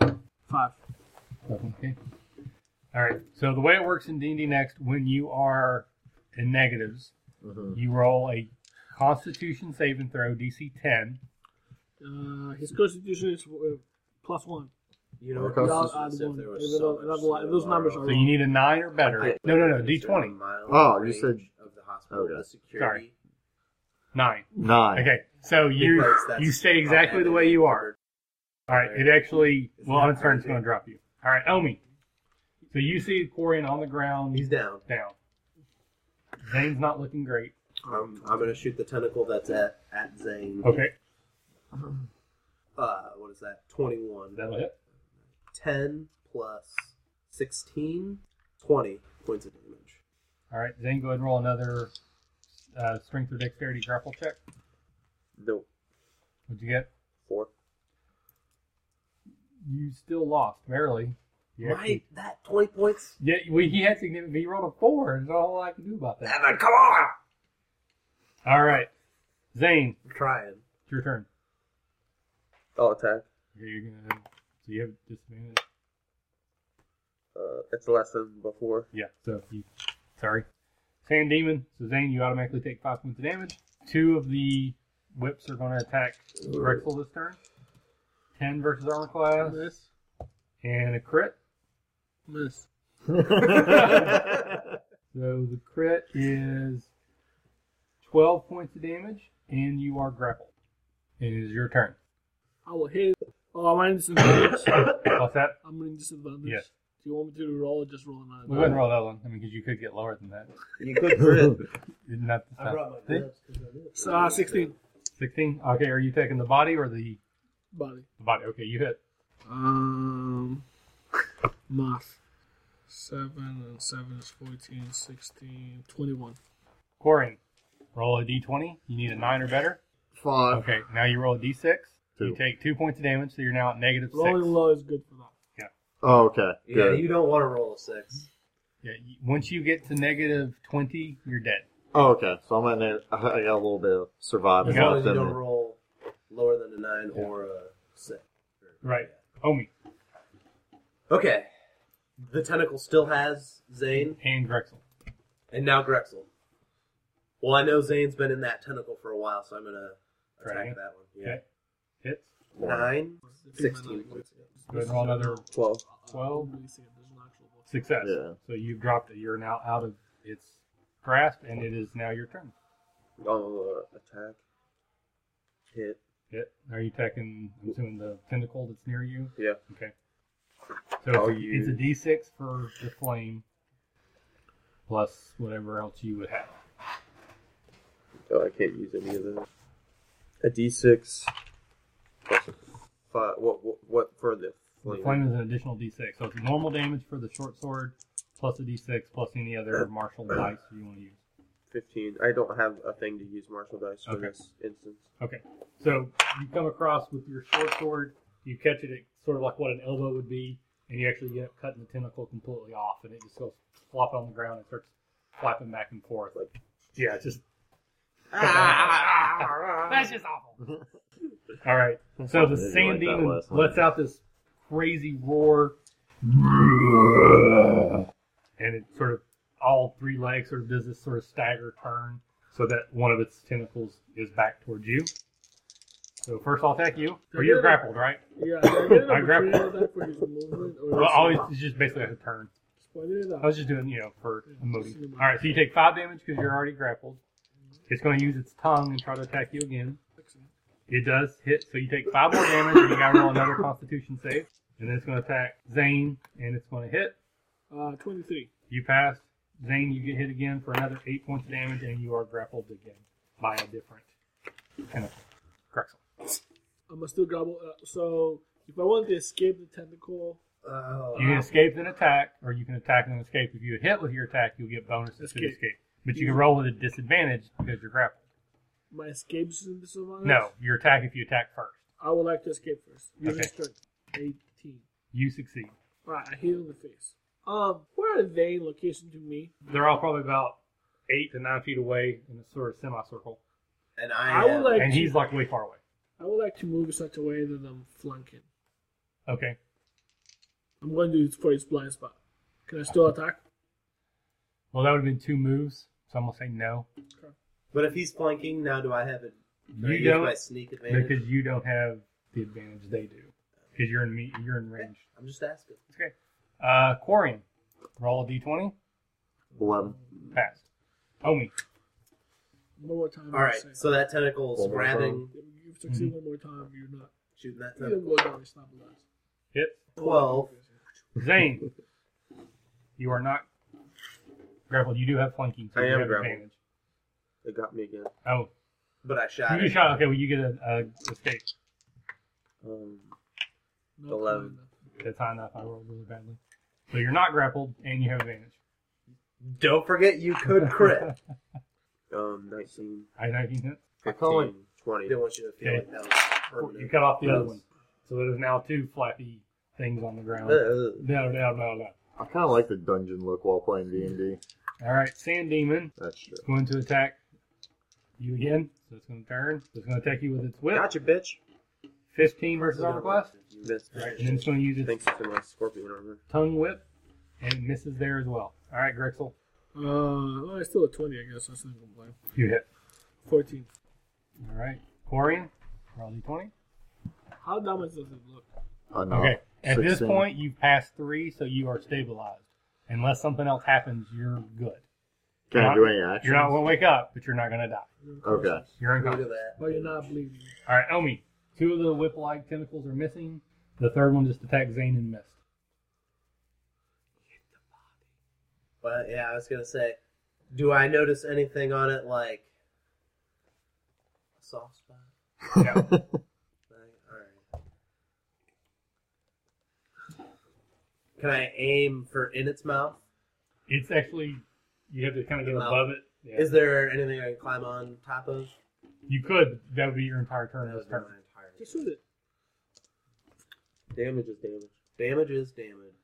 Speaker 3: Five.
Speaker 2: Okay. All right. So the way it works in D&D Next, when you are in negatives,
Speaker 6: Mm-hmm.
Speaker 5: Mhm.
Speaker 2: you roll a Constitution saving throw, DC 10.
Speaker 3: Uh, his constitution is uh, plus one.
Speaker 6: You know,
Speaker 5: Okay.
Speaker 6: this
Speaker 3: I'll
Speaker 6: is
Speaker 3: add
Speaker 6: as if
Speaker 3: one.
Speaker 6: there
Speaker 3: If it
Speaker 6: was so
Speaker 3: don't-
Speaker 6: much
Speaker 3: another one- if those
Speaker 6: to
Speaker 3: numbers
Speaker 6: borrow.
Speaker 2: So you need a 9 or better. No, no, no. D20.
Speaker 5: Oh, you said-
Speaker 6: of the hospital,
Speaker 5: Okay.
Speaker 6: the security.
Speaker 2: 9.
Speaker 5: 9.
Speaker 2: Okay, so you
Speaker 6: Because that's
Speaker 2: you stay exactly
Speaker 6: not
Speaker 2: the way you are. All right, it actually
Speaker 6: It's
Speaker 2: well on
Speaker 6: not
Speaker 2: its turn it's
Speaker 6: very
Speaker 2: going
Speaker 6: big.
Speaker 2: to drop you. All right, Omi. So you see Corian on the ground.
Speaker 6: He's down.
Speaker 2: down. Zane's not looking great.
Speaker 6: I'm, I'm gonna shoot the tentacle that's at at Zane.
Speaker 2: Okay,
Speaker 6: Uh, what is that? Twenty one.
Speaker 2: that'll hit.
Speaker 6: Ten plus 16, 20 points of damage.
Speaker 2: All right, Zane, go ahead and roll another uh, strength or dexterity grapple check.
Speaker 4: No.
Speaker 2: What'd you get?
Speaker 4: Four.
Speaker 2: You still lost barely. You
Speaker 6: Right,
Speaker 2: actually-
Speaker 6: that twenty points.
Speaker 2: Yeah, well, he had significant. He rolled a four. That's all I can do about that.
Speaker 6: Evan, come on!
Speaker 2: All right, Zane,
Speaker 6: I'm trying.
Speaker 2: it's your turn.
Speaker 4: I'll attack.
Speaker 2: Okay, you're gonna. So you have disadvantage.
Speaker 4: Uh, it's less than before.
Speaker 2: Yeah, so you, sorry. Sand Demon, so Zane, you automatically take five points of damage. Two of the whips are going to attack Rexel this turn. Ten versus armor class,
Speaker 3: Miss.
Speaker 2: and a crit.
Speaker 3: Miss.
Speaker 2: So the crit is 12 points of damage, and you are grappled. It is your turn.
Speaker 3: I will hit it. Oh, am I in disadvantage?
Speaker 2: What's that?
Speaker 3: I'm in disadvantage.
Speaker 2: Yeah.
Speaker 3: Do you want me to roll or just roll another?
Speaker 2: We'll go ahead and roll that one. I mean, because you could get lower than that.
Speaker 4: You could crit.
Speaker 2: Not this
Speaker 6: I
Speaker 2: time.
Speaker 6: brought my gloves because I knew it.
Speaker 3: So, uh, 16.
Speaker 2: 16. Okay, are you taking the body or the,
Speaker 3: Body.
Speaker 2: the body? Okay, you hit.
Speaker 3: Um, math. 7 and 7 is 14, 16, 21.
Speaker 2: Corin, roll a d20. You need a 9 or better.
Speaker 5: 5.
Speaker 2: Okay, now you roll a d6. You
Speaker 5: Two.
Speaker 2: take 2 points of damage, so you're now at negative 6.
Speaker 3: Rolling low is good for that.
Speaker 5: Oh, okay.
Speaker 6: Yeah,
Speaker 5: Good.
Speaker 6: you don't want to roll a six.
Speaker 2: Yeah, you- once you get to negative 20, you're dead.
Speaker 5: Oh, okay. So I'm at neg- I I got a little bit of surviving
Speaker 6: As
Speaker 2: Yeah.
Speaker 6: long as
Speaker 5: left
Speaker 6: you
Speaker 5: in
Speaker 6: don't
Speaker 5: me.
Speaker 6: roll lower than a nine or a six.
Speaker 2: Right. Omi
Speaker 6: Okay. The tentacle still has Zane
Speaker 2: and Grexel.
Speaker 6: and now Grexel. Well, I know Zane's been in that tentacle for a while, so I'm gonna attack
Speaker 2: Right.
Speaker 6: that one. Yeah.
Speaker 2: Okay. Hits.
Speaker 6: Nine. Sixteen.
Speaker 2: Go ahead and roll another
Speaker 6: Twelve.
Speaker 2: Twelve.
Speaker 3: Really see it. There's an actual book.
Speaker 2: success.
Speaker 5: Yeah.
Speaker 2: So you've dropped it. You're now out of its grasp, and it is now your turn.
Speaker 4: Oh, uh, attack.
Speaker 6: Hit.
Speaker 2: Hit. Are you attacking? I'm assuming the tentacle that's near you.
Speaker 4: Yeah.
Speaker 2: Okay. So
Speaker 4: I'll
Speaker 2: it's, it's a
Speaker 4: use-
Speaker 2: D6 for the flame, plus whatever else you would have.
Speaker 4: Oh, I can't use any of that. A D6. Plus a five. What, what, what for the
Speaker 2: The
Speaker 4: flame?
Speaker 2: flame is an additional D6. So it's normal damage for the short sword, plus a D6, plus any other martial dice you want to use.
Speaker 4: 15. I don't have a thing to use martial dice for
Speaker 2: Okay.
Speaker 4: this instance.
Speaker 2: Okay. So you come across with your short sword, you catch it at sort of like what an elbow would be, and you actually end up cutting the tentacle completely off, and it just goes flopping on the ground and starts flapping back and forth. Like, yeah, it's just. That's just awful. All right. So the
Speaker 5: Didn't
Speaker 2: sand
Speaker 5: like that
Speaker 2: demon
Speaker 5: last one.
Speaker 2: lets out this crazy roar, and it sort of all three legs sort of does this sort of stagger turn, so that one of its tentacles is back towards you. So first I'll attack you. Or you're grappled, right?
Speaker 3: Yeah, do I get an
Speaker 2: I grabbed-
Speaker 3: opportunity attack for his movement, or
Speaker 2: Well,
Speaker 3: is
Speaker 2: always
Speaker 3: it
Speaker 2: it's just basically like a turn.
Speaker 3: just pointed it
Speaker 2: I
Speaker 3: out?
Speaker 2: was just doing, you know, for emoting. All right, so you take five damage because you're already grappled. It's going to use its tongue and try to attack you again. It does hit, so you take five more damage, and you got to roll another Constitution save. And then it's going to attack Zane, and it's going to hit.
Speaker 3: Uh, 23.
Speaker 2: You pass. Zane, you get hit again for another eight points of damage, and you are grappled again by a different kind of Grexel.
Speaker 3: I'm gonna still grapple. Uh, so if I want to escape the tentacle,
Speaker 6: Oh.
Speaker 2: You can escape an attack, or you can attack and escape. If you hit with your attack, you'll get bonuses to
Speaker 3: Escape.
Speaker 2: escape. But you can roll with a disadvantage because you're grappled.
Speaker 3: my escape is in disadvantage.
Speaker 2: No, your attack if you attack first.
Speaker 3: I would like to escape first. Using
Speaker 2: Okay.
Speaker 3: strength. 18.
Speaker 2: You succeed.
Speaker 3: All right, I hit him in the face. Um, where are they in location to me?
Speaker 2: They're all probably about eight to nine feet away in a sort of semicircle,
Speaker 6: And I,
Speaker 3: I would like
Speaker 2: and
Speaker 3: to,
Speaker 2: he's like way far away.
Speaker 3: I would like to move in such a way that I'm flanking.
Speaker 2: Okay,
Speaker 3: I'm going to do it for his blind spot. Can I still attack?
Speaker 2: well that would have been two moves, so I'm gonna say no
Speaker 6: But if he's flanking, now do I have it?
Speaker 2: You
Speaker 6: use
Speaker 2: don't,
Speaker 6: my sneak advantage.
Speaker 2: because you don't have the advantage they do because you're in me, you're in range.
Speaker 6: I'm just asking.
Speaker 2: Okay, uh, Quarian, roll a d20,
Speaker 5: Eleven.
Speaker 2: pass. Omi,
Speaker 3: One more time.
Speaker 6: All right. So that tentacle's
Speaker 5: One more
Speaker 6: grabbing,
Speaker 3: if you succeed
Speaker 2: Mm-hmm.
Speaker 3: one more time, you're not.
Speaker 6: shooting that
Speaker 3: You don't
Speaker 6: tentacle.
Speaker 3: go down and stop the last.
Speaker 2: hit
Speaker 6: Twelve.
Speaker 2: Zane. you are not grappled. You do have flanking, so
Speaker 4: I
Speaker 2: you
Speaker 4: am
Speaker 2: have
Speaker 4: grappled.
Speaker 2: advantage.
Speaker 4: It got me again.
Speaker 2: Oh,
Speaker 6: But I
Speaker 2: you
Speaker 6: shot.
Speaker 2: get
Speaker 6: it.
Speaker 2: shot. Okay, well you get a, a escape.
Speaker 4: Um,
Speaker 3: Not
Speaker 4: Eleven.
Speaker 3: fine enough.
Speaker 2: That's high enough. I rolled really badly. So you're not grappled, and you have advantage.
Speaker 6: Don't forget, you could crit.
Speaker 4: um, 19,
Speaker 2: I 19 hits.
Speaker 5: I call it-
Speaker 4: 15, 20.
Speaker 6: they want you to feel
Speaker 2: Okay.
Speaker 6: like that was
Speaker 2: You
Speaker 6: permanent.
Speaker 2: cut off the other
Speaker 5: Yes.
Speaker 2: one. So there's now two flappy things on the ground.
Speaker 4: Uh,
Speaker 2: No, no, no, no.
Speaker 5: I kind of like the dungeon look while playing D and D.
Speaker 2: All right, Sand Demon
Speaker 5: That's true.
Speaker 2: is going to attack you again. So it's going to turn. It's going to attack you with its whip.
Speaker 4: gotcha, bitch.
Speaker 2: 15 versus armor class.
Speaker 4: This
Speaker 2: All right, and then it's going to use its
Speaker 4: thinks it's in my scorpion armor.
Speaker 2: tongue whip, and it misses there as well. All right, Grexel,
Speaker 3: Uh, well, it's still a 20, I guess. I still can play.
Speaker 2: you hit.
Speaker 3: 14.
Speaker 2: All right, Quarian, roll d20.
Speaker 3: How damaged does it look?
Speaker 5: Enough.
Speaker 2: Okay. At this
Speaker 5: 16.
Speaker 2: point, you've passed three, so you are stabilized. Unless something else happens, you're good.
Speaker 5: can I
Speaker 2: You're
Speaker 5: do
Speaker 2: not-
Speaker 5: any action?
Speaker 2: You're not going to wake up, but you're not going to die.
Speaker 5: Okay.
Speaker 2: You're
Speaker 6: Look
Speaker 2: unconscious.
Speaker 6: at that.
Speaker 3: But you're not bleeding.
Speaker 2: All right, Omi. Two of the whip-like tentacles are missing. The third one just attacked Zane and missed.
Speaker 6: But yeah, I was gonna say, do I notice anything on it like a soft spot?
Speaker 2: Yeah.
Speaker 6: Like, all right. Can I aim for in its mouth?
Speaker 2: it's actually you have to kind of get
Speaker 6: Mouth.
Speaker 2: above it. Yeah.
Speaker 6: Is there anything I can climb on top of?
Speaker 2: you could. but That would be your entire turn.
Speaker 6: That
Speaker 2: This
Speaker 6: was my
Speaker 2: turn.
Speaker 6: entire.
Speaker 3: Just shoot it.
Speaker 4: Damage is damage.
Speaker 6: Damage is damage.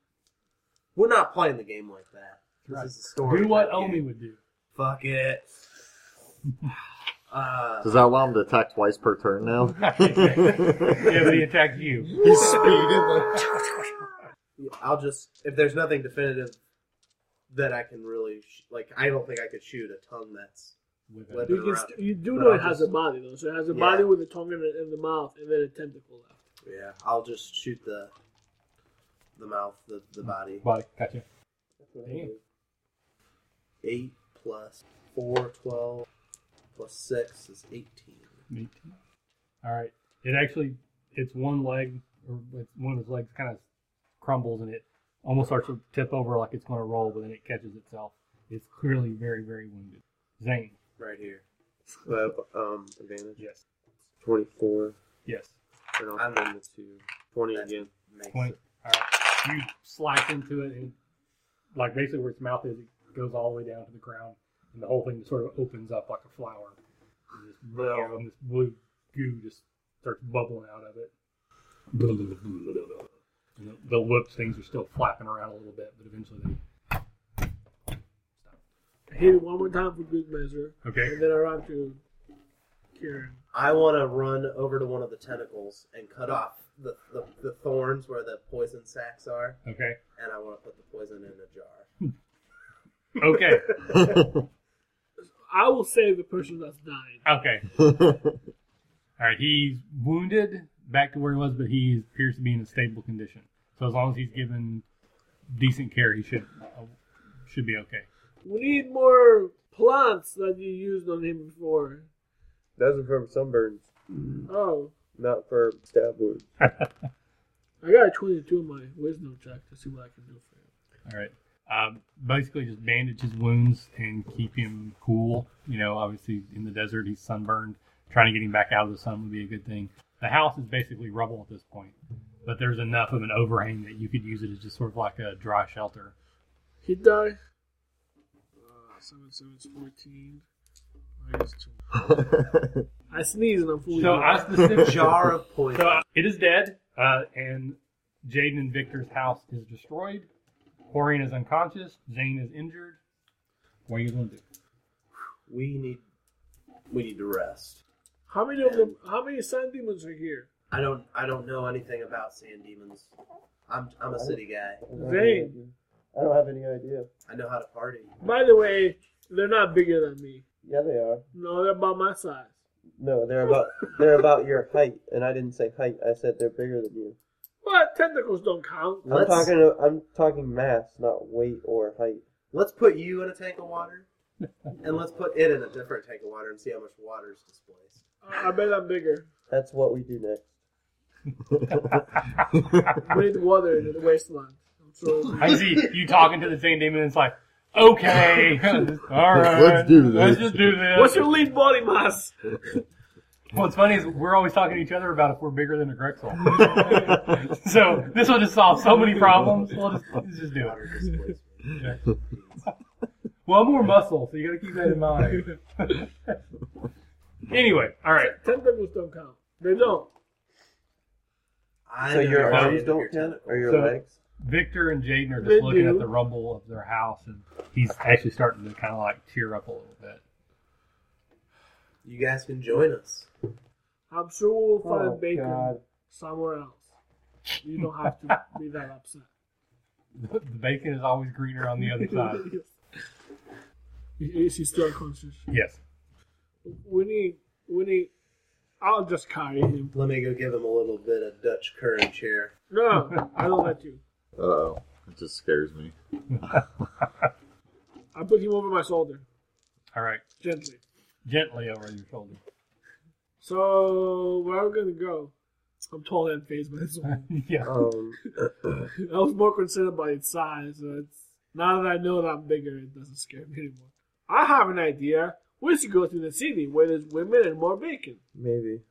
Speaker 6: We're not playing the game like that. This
Speaker 2: Right.
Speaker 6: is a story.
Speaker 2: Do what
Speaker 6: type
Speaker 2: Omi
Speaker 6: game.
Speaker 2: would do.
Speaker 6: Fuck it. Uh,
Speaker 5: Does that allow him to attack twice per turn now?
Speaker 2: Yeah, but he attacked you.
Speaker 5: He's speeding like.
Speaker 6: Yeah, I'll just if there's nothing definitive that I can really sh- like. I don't think I could shoot a tongue that's
Speaker 2: with
Speaker 6: What?
Speaker 2: it.
Speaker 3: You, can
Speaker 6: Interrupt.
Speaker 3: st- you do
Speaker 6: But
Speaker 3: know it
Speaker 6: I'll
Speaker 3: has
Speaker 6: just-
Speaker 3: a body though, so it has a
Speaker 6: Yeah.
Speaker 3: body with a tongue and, a, and the mouth, and then a tentacle left.
Speaker 6: Yeah, I'll just shoot the the mouth, the, the body.
Speaker 2: Body, gotcha.
Speaker 6: Damn. 8 plus 4, 12 plus 6 is 18.
Speaker 2: Eighteen. All right. It actually, it's one leg, or it's one of his legs kind of crumbles and it almost starts to tip over like it's going to roll, but then it catches itself. It's clearly very, very wounded. Zane.
Speaker 6: Right here.
Speaker 4: Uh, um, advantage.
Speaker 2: Yes.
Speaker 4: 24.
Speaker 2: Yes.
Speaker 4: And I'll
Speaker 6: I'm-
Speaker 4: spend the two. 20
Speaker 6: That's-
Speaker 4: again.
Speaker 6: Makes
Speaker 2: Twenty.
Speaker 6: it.
Speaker 2: All right. You slash into it and, like, basically where its mouth is, it goes all the way down to the ground, and the whole thing sort of opens up like a flower. And this, blue, and this blue goo just starts bubbling out of it. And the, the lips things are still flapping around a little bit, but eventually they.
Speaker 3: Hit it one more time for good measure,
Speaker 2: Okay.
Speaker 3: and then I run to Kieran.
Speaker 6: I want to run over to one of the tentacles and cut off the, the, the thorns where the poison sacs are,
Speaker 2: Okay.
Speaker 6: and I want to put the poison in a jar.
Speaker 2: Okay.
Speaker 3: I will save the person that's dying.
Speaker 2: Okay. All right. He's wounded back to where he was, but he appears to be in a stable condition. So as long as he's given decent care, he should uh, should be okay.
Speaker 3: We need more plants that you used on him before.
Speaker 4: Those are for sunburns,
Speaker 3: Oh,
Speaker 4: not for stab wounds.
Speaker 3: I got a 22 in my wisdom check to see what I can do for him.
Speaker 2: All right. Um, basically, just bandage his wounds and keep him cool. You know, obviously in the desert, he's sunburned. Trying to get him back out of the sun would be a good thing. The house is basically rubble at this point, but there's enough of an overhang that you could use it as just sort of like a dry shelter.
Speaker 3: He died. Uh, 7, 7 is 14. Minus 2. I sneeze and I'm fully
Speaker 2: So I
Speaker 3: healed.
Speaker 2: specifically
Speaker 6: jar of poison.
Speaker 2: So uh, it is dead, uh, and Jaden and Victor's house is destroyed. Corian is unconscious. Zane is injured. What are you going to do?
Speaker 6: we need we need to rest.
Speaker 3: How many of them? How many sand demons are here?
Speaker 6: I don't I don't know anything about sand demons. I'm I'm a city guy.
Speaker 3: They-
Speaker 4: Uh, I don't have any idea.
Speaker 6: I know how to party.
Speaker 3: By the way, they're not bigger than me.
Speaker 4: Yeah, they are.
Speaker 3: No, they're about my size.
Speaker 4: No, they're about they're about your height, and I didn't say height. I said they're bigger than you.
Speaker 3: What tentacles don't count.
Speaker 4: I'm
Speaker 6: Let's-
Speaker 4: talking I'm talking mass, not weight or height.
Speaker 6: Let's put you in a tank of water, and let's put it in a different tank of water and see how much water is displaced.
Speaker 3: I I bet I'm bigger.
Speaker 4: That's what we do next.
Speaker 3: We need water in the wasteland. I'm sure.
Speaker 2: I see you talking to the Zane demon. It's like, okay, all right,
Speaker 5: Let's do this.
Speaker 2: Let's just do this.
Speaker 3: What's your lead body mass?
Speaker 2: What's funny is we're always talking to each other about if we're bigger than a Grexel. so this will just solve so many problems. We'll just, let's just do it.
Speaker 6: Water displacement.
Speaker 2: Well, more muscle, so you got to keep that in mind. anyway, all right.
Speaker 3: Tentacles don't count. They don't.
Speaker 6: I
Speaker 4: So
Speaker 6: know
Speaker 4: your
Speaker 6: you're
Speaker 4: arms
Speaker 6: afraid of
Speaker 4: don't
Speaker 6: your
Speaker 4: count,
Speaker 6: tentacles.
Speaker 4: or your
Speaker 2: So-
Speaker 4: legs.
Speaker 2: Victor and Jaden are
Speaker 3: They
Speaker 2: just looking
Speaker 3: do.
Speaker 2: at the rumble of their house, and he's actually starting to kind of like tear up a little bit.
Speaker 6: You guys can join us.
Speaker 3: I'm sure we'll find
Speaker 4: Oh,
Speaker 3: bacon
Speaker 4: God.
Speaker 3: somewhere else. You don't have to be that upset.
Speaker 2: The bacon is always greener on the other side.
Speaker 3: Is he still unconscious?
Speaker 2: Yes.
Speaker 3: We need. We need. I'll just carry him.
Speaker 6: Let me go give him a little bit of Dutch curry chair.
Speaker 3: No, I don't let you.
Speaker 5: oh, it just scares me.
Speaker 3: I put him over my shoulder
Speaker 2: All right.
Speaker 3: gently.
Speaker 2: Gently over your shoulder.
Speaker 3: So where are we gonna go? I'm totally unfazed by this one.
Speaker 2: yeah.
Speaker 4: Um,
Speaker 3: I was more concerned about its size. So it's, now that I know that I'm bigger, it doesn't scare me anymore. I have an idea. We should go to the city where there's women and more bacon.
Speaker 4: maybe.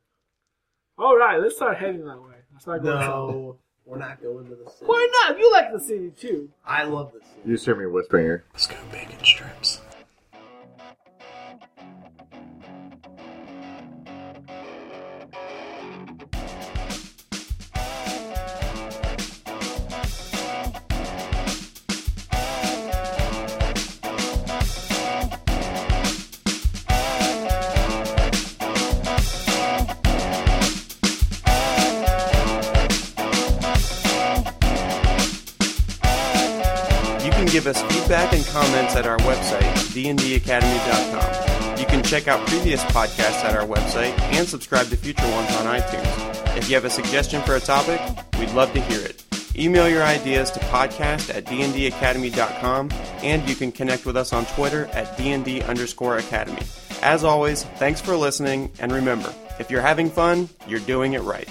Speaker 3: All right, let's start heading that way. Let's not go south.
Speaker 6: No, we're not going to the city.
Speaker 3: Why not? You like the city too.
Speaker 6: I love the city.
Speaker 5: You just hear me whispering here.
Speaker 7: Let's go bacon strips.
Speaker 4: You can give us feedback and comments at our website, dndacademy.com.
Speaker 7: You can check out previous podcasts at our website and subscribe to future ones on iTunes. If you have a suggestion for a topic, we'd love to hear it. Email your ideas to podcast at dndacademy.com, and you can connect with us on Twitter at dnd underscore academy. As always, thanks for listening, and remember, if you're having fun, you're doing it right.